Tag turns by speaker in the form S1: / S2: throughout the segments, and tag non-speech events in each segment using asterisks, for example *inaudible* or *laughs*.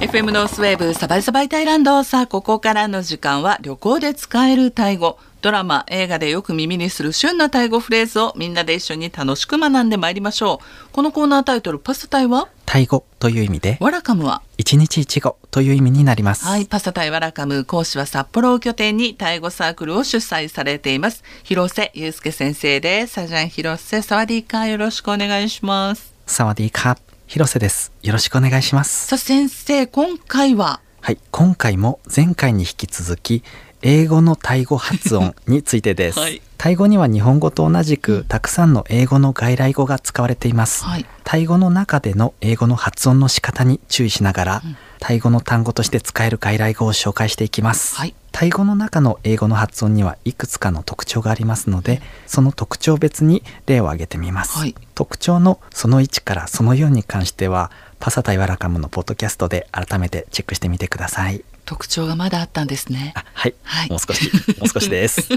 S1: FM ノースウェーブサバイサバイタイランドさあここからの時間は旅行で使えるタイ語ドラマ映画でよく耳にする旬なタイ語フレーズをみんなで一緒に楽しく学んでまいりましょうこのコーナータイトルパスタタイは
S2: タイ語という意味で
S1: ワラカムは
S2: 一日一語という意味になります、
S1: はい、パスタタイワラカム講師は札幌を拠点にタイ語サークルを主催されています広瀬祐介先生ですサジャン広瀬サワディーカーよろしくお願いします
S2: サワディーカー広瀬ですよろしくお願いします
S1: さあ先生今回は
S2: はい今回も前回に引き続き英語のタイ語発音
S1: *laughs*
S2: についてです、
S1: はい
S2: タイ語には日本語と同じくたくさんの英語の外来語が使われています、
S1: はい
S2: タイ語の中での英語の発音の仕方に注意しながら、タイ語の単語として使える外来語を紹介していきます、
S1: はい
S2: タイ語の中の英語の発音にはいくつかの特徴がありますのでその特徴別に例を挙げてみます、
S1: はい
S2: 特徴のその1からその4に関してはパサタイワラカムのポッドキャストで改めてチェックしてみてください
S1: 特徴がまだあったんですね
S2: あはい、
S1: はい
S2: もう少しもう少しです
S1: *laughs* は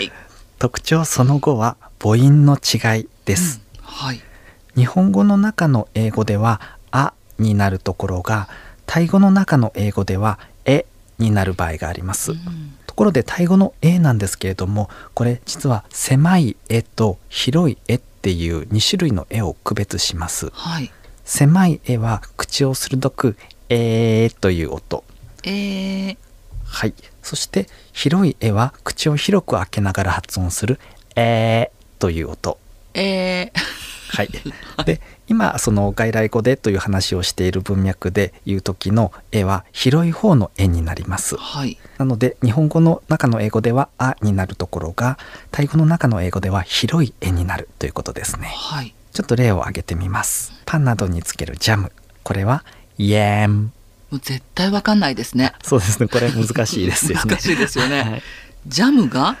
S1: い
S2: 特徴その後は母音の違いです、
S1: はい
S2: 日本語の中の英語では「あ」になるところがタイ語の中の英語では「え」になる場合があります、
S1: うん
S2: ところでタイ語の「え」なんですけれどもこれ実は狭い「え」と広い「え」っていう2種類の「え」を区別します
S1: はい
S2: 狭い「え」は口を鋭く「えー」という音
S1: えー、
S2: はいそして広い「え」は口を広く開けながら発音する「えー」という音
S1: えー、
S2: はい、で今その外来語でという話をしている文脈で言う時の「え」は広い方の「え」になります
S1: はい
S2: なので日本語の中の英語では「あ」になるところがタイ語の中の英語では広い「え」になるということですね
S1: はい
S2: ちょっと例を挙げてみますパンなどにつけるジャムこれは「イエーム
S1: もう絶対わかんないですね」
S2: そうですねこれ難しいで
S1: *laughs*
S2: すよね
S1: 難しいですよね、
S2: はい
S1: ジャムが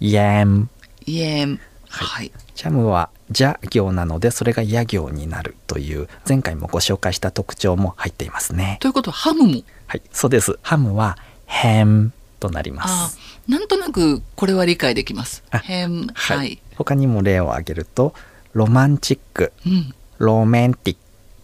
S2: イエーム
S1: イエンはい、
S2: ジャムは「じゃ」行なのでそれが「や」行になるという前回もご紹介した特徴も入っていますね
S1: ということはハムも
S2: はい、そうです。ハムはヘムとなりま
S1: あ
S2: す。
S1: ーなんとなくこれは理解できます
S2: あ
S1: ヘムはい、
S2: はい。他にも例を挙げると、ロマンチック、
S1: うん
S2: ロメンティッ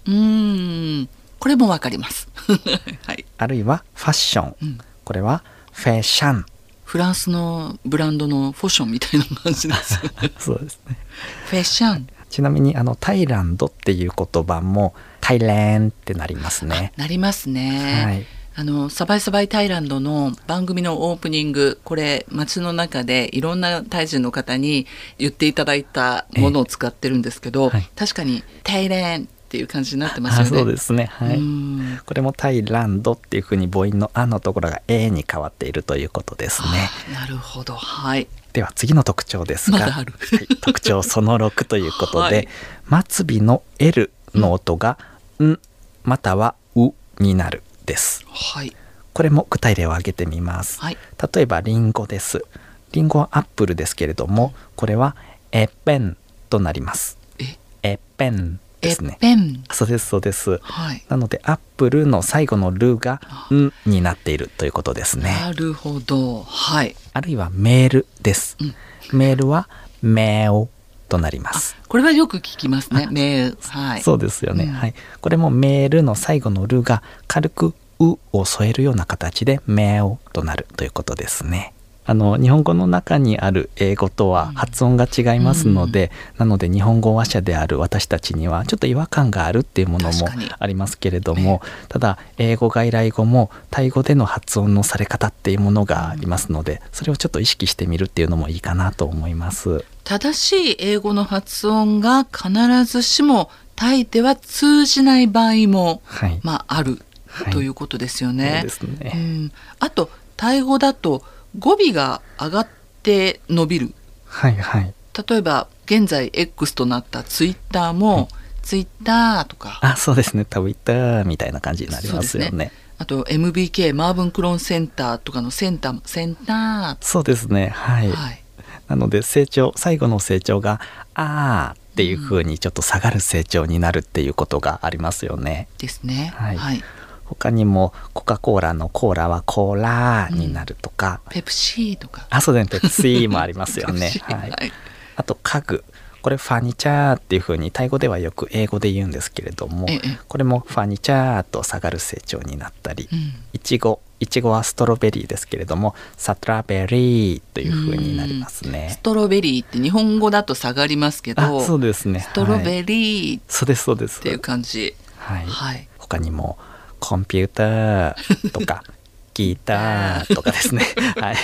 S2: ク、
S1: うーんこれもわかります *laughs* はい、
S2: あるいはファッション。
S1: うん、
S2: これはフェシ
S1: *laughs*
S2: ャン。
S1: フランスのブランドのフォッションみたいな感じです *laughs*
S2: そうですね。
S1: フェッション、
S2: ちなみにあのタイランドっていう言葉もタイレンってなりますね。
S1: なりますね、
S2: はい。
S1: あのサバイサバイタイランドの番組のオープニングこれ街の中でいろんなタイ人の方に言っていただいたものを使ってるんですけど、
S2: ええはい
S1: 確かに「タイレン」っていう感じになってます
S2: あ
S1: よね。
S2: そうですね。はい。
S1: うん
S2: これもタイランドっていうふうに母音の「あ」のところが「え」に変わっているということですね。
S1: なるほどはい
S2: では次の特徴です
S1: ま
S2: が、
S1: だある。
S2: はい特徴その6ということで、
S1: *laughs*
S2: 末尾の L の音が「ん」または「う」になるです
S1: はい
S2: これも具体例を挙げてみます、
S1: はい
S2: 例えばリンゴですリンゴはアップルですけれどもこれは「えっぺん」となります
S1: え
S2: 「えっぺん」で
S1: えっ
S2: すね
S1: ぺん
S2: そうですそうです
S1: はい
S2: なのでアップルの最後の「ル」が「ん」になっているということですね
S1: なるほどはい
S2: あるいはメールです、
S1: うん
S2: メールは「メオ」となりま
S1: あ
S2: す
S1: これはよく聞きますねメールはい
S2: そうですよね、
S1: うん
S2: はいこれもメールの最後の「ル」が軽く「う」を添えるような形で「メオ」となるということですねあの日本語の中にある英語とは発音が違いますので、なので日本語話者である私たちにはちょっと違和感があるっていうもの
S1: 確
S2: も
S1: かに
S2: ありますけれどもただ英語外来語もタイ語での発音のされ方っていうものがありますので、それをちょっと意識してみるっていうのもいいかなと思います。
S1: 正しい英語の発音が必ずしもタイでは通じない場合も、
S2: はい、
S1: まあ、ある
S2: はい
S1: ということですよ
S2: そう
S1: ね。
S2: ですね、
S1: うん、あとタイ語だと語尾が上がって伸びる
S2: はいはい
S1: 例えば現在 X となったツイッターも、ツイッターとか
S2: あそうですね「タブイター」みたいな感じになります
S1: そ
S2: よ
S1: うです
S2: ね。
S1: あと MBK マーブンクローンセンターとかのセンターセンタ
S2: そうですねは
S1: ー、
S2: い、
S1: はい、
S2: なので成長最後の成長が「あー」っていう風にちょっと下がる成長になるっていうことがありますよね。
S1: ですね。
S2: はい
S1: はい、
S2: 他にもコカ・コーラの「コーラ」は「コーラ」になるとか、
S1: ペプシーとか。。
S2: *laughs* あそうですね「ペプシー」もありますよね
S1: ペプシー
S2: はい、
S1: はい
S2: あと「家具」ここれファニチャーっていうふうにタイ語ではよく英語で言うんですけれども
S1: ええ
S2: これもファニチャーと下がる成長になったり
S1: うん
S2: いちごいちごはストロベリーですけれどもサトラベリーというふうになります
S1: ス
S2: ね。
S1: トロベリーって日本語だと下がりますけ
S2: あ
S1: ど
S2: そうですね。
S1: ストロ
S2: はい
S1: ベリーっ
S2: そうですそうです。
S1: ていう感じ、
S2: はい。
S1: はい
S2: 他にもコンピューター
S1: *laughs*
S2: とかギターとかですね。はい。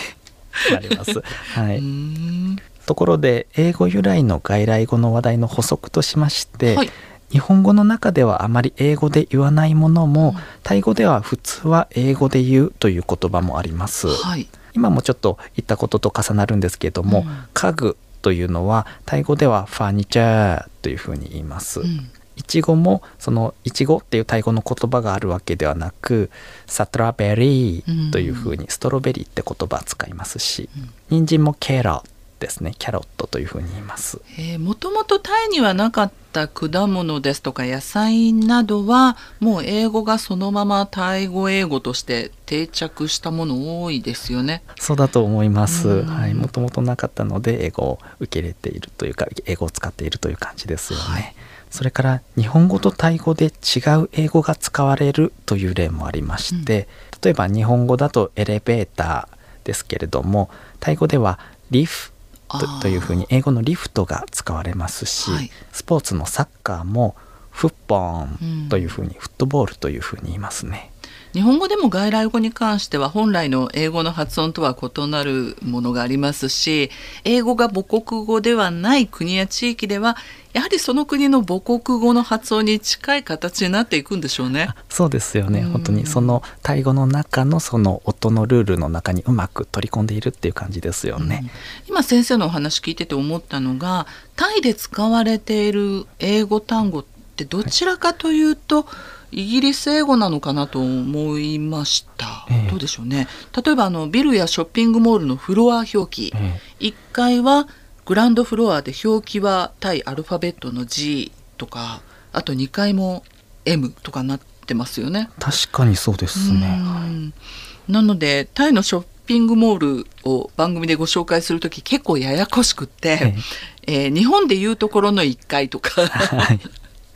S2: あります。は
S1: うー
S2: い。
S1: ん
S2: ところで英語由来の外来語の話題の補足としまして、
S1: はい
S2: 日本語の中ではあまり英語で言わないものも、
S1: うん
S2: タイ語では普通は英語で言うという言葉もあります。
S1: はい
S2: 今もちょっと言ったことと重なるんですけれども、
S1: うん
S2: 家具というのはタイ語ではファニチャーというふうに言います。
S1: うん
S2: いちごもそのいちごっていうタイ語の言葉があるわけではなくサトラベリーというふうにストロベリーって言葉使いますし、
S1: うん
S2: 人参もケロですねキャロットというふうに言います。
S1: えー、もともとタイにはなかった果物ですとか野菜などはもう英語がそのままタイ語英語として定着したもの多いですよね。
S2: そうだと思います。
S1: うん
S2: はい、もともとなかったので英語を受け入れているというか英語を使っているという感じですよね。
S1: はい
S2: それから日本語とタイ語で違う英語が使われるという例もありまして、例えば日本語だとエレベーターですけれどもタイ語ではリフ
S1: あ
S2: と
S1: ー
S2: というふうに英語のリフトが使われますし、
S1: はい
S2: スポーツのサッカーもフッポ
S1: うん
S2: ンというふうに、フットボールというふうに言いますね。
S1: 日本語でも外来語に関しては本来の英語の発音とは異なるものがありますし英語が母国語ではない国や地域ではやはりその国の母国語の発音に近い形になっていくんでしょうね。
S2: そうですよね、
S1: うん
S2: 本当にそのタイ語の中のその音のルールの中にうまく取り込んでいるっていう感じですよね。
S1: 今先生のお話聞いてて思ったのがタイで使われている英語単語ってどちらかというと、イギリス英語なのかなと思いました、
S2: ええ
S1: どうでしょうね例えばあのビルやショッピングモールのフロア表記、
S2: え
S1: 1階はグランドフロアで表記は対アルファベットの G とかあと2階も M とかなってますよね。
S2: え確かにそうですね。
S1: うんなのでタイのショッピングモールを番組でご紹介する時結構ややこしくって
S2: え、
S1: えー日本でいうところの1階と
S2: *laughs*
S1: か、
S2: はい、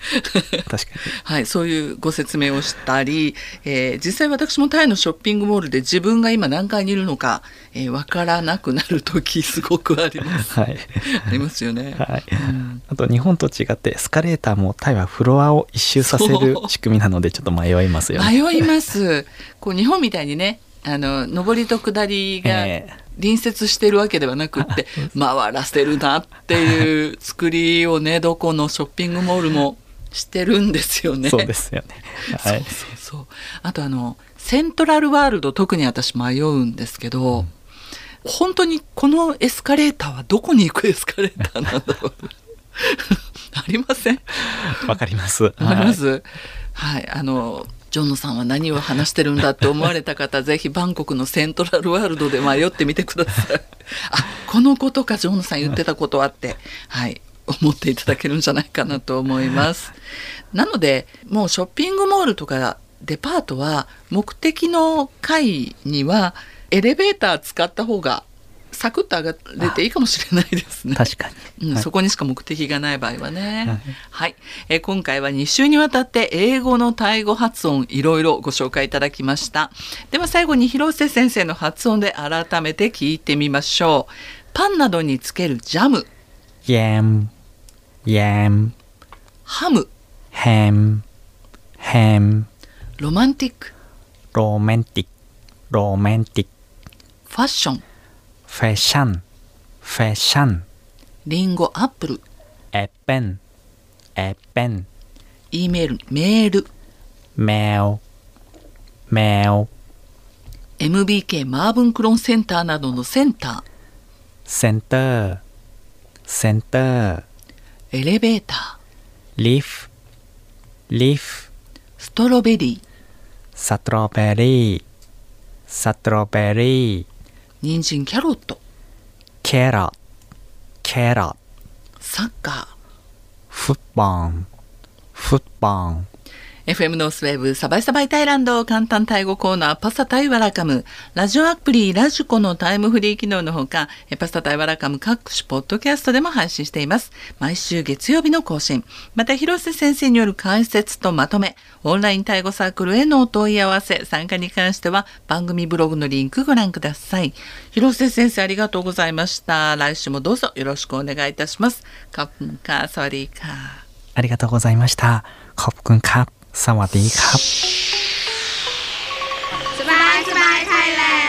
S2: 確か
S1: はい、そういうご説明をしたり、えー実際私もタイのショッピングモールで自分が今何階にいるのかわ、えーわからなくなる時すごくありま
S2: に。 *laughs*
S1: す。
S2: はい、
S1: ありますよね。
S2: はい
S1: うん
S2: あと日本と違ってエスカレーターもタイはフロアを一周させる
S1: そう
S2: 仕組みなのでちょっと迷いますよね。
S1: 迷います。こう日本みたいにね、あの上りと下りが
S2: ええ
S1: 隣接してるわけではなくって、回らせるなっていう作りをね、どこのショッピングモールもしてるんですよね。
S2: そうですよね。は
S1: そ
S2: い
S1: うそうそうあとあのセントラルワールド特に私迷うんですけど、本当にこのエスカレーターはどこに行くエスカレーターなんだろう *laughs* ありません
S2: わかります。
S1: 思いま
S2: はい
S1: す。はい、あのジョンノさんは何を話してるんだって思われた
S2: *laughs*
S1: 方ぜひバンコクのセントラルワールドで迷ってみてくだ
S2: *laughs*
S1: さい。あこのことかジョンノさん言ってたことあって、はい、思っていただけるんじゃないかなと思います。なのでもうショッピングモールとかデパートは目的の階にはエレベーター使った方がサクッと上がれていいかもしれないですね。
S2: 確か
S1: う
S2: に。
S1: ん
S2: はい
S1: そこにしか目的がない場合はね。は
S2: はいい、
S1: えー今回は2週にわたって英語のタイ語発音いろいろご紹介いただきました。では最後に広瀬先生の発音で改めて聞いてみましょう。パンなどにつけるジャム、
S2: Yam, yam,
S1: ハム、
S2: ham, ham,
S1: ロマンティック、
S2: romantic, romantic.
S1: ファッション、
S2: ファッション、ファッション、
S1: リンゴ、アップル、
S2: エッペン、エッペン、
S1: E メール、メール、
S2: メオ、メオ、
S1: MBK マーブンクロンセンターなどのセンタ
S2: センター、センター、
S1: ー、エレベータ
S2: リフ、リフ、
S1: ー、ストロベリー、
S2: サトロベリー、サトロベリー、
S1: 人参、キャロット、
S2: ケロット、ケロット、
S1: サッカー、
S2: フッボン、フッボン、
S1: FM ノースウェーブサバイサバイタイランド簡単タイ語コーナーパサタイワラカムラジオアプリラジコのタイムフリー機能のほかえパサタイワラカム各種ポッドキャストでも配信しています毎週月曜日の更新また広瀬先生による解説とまとめオンラインタイ語サークルへのお問い合わせ参加に関しては番組ブログのリンクご覧ください広瀬先生ありがとうございました来週もどうぞよろしくお願いいたしますカップンカーサワディーカー
S2: ありがとうございました。ขอบคุณครับ สวัสดีครับ
S3: สบายสบายไทยแลนด์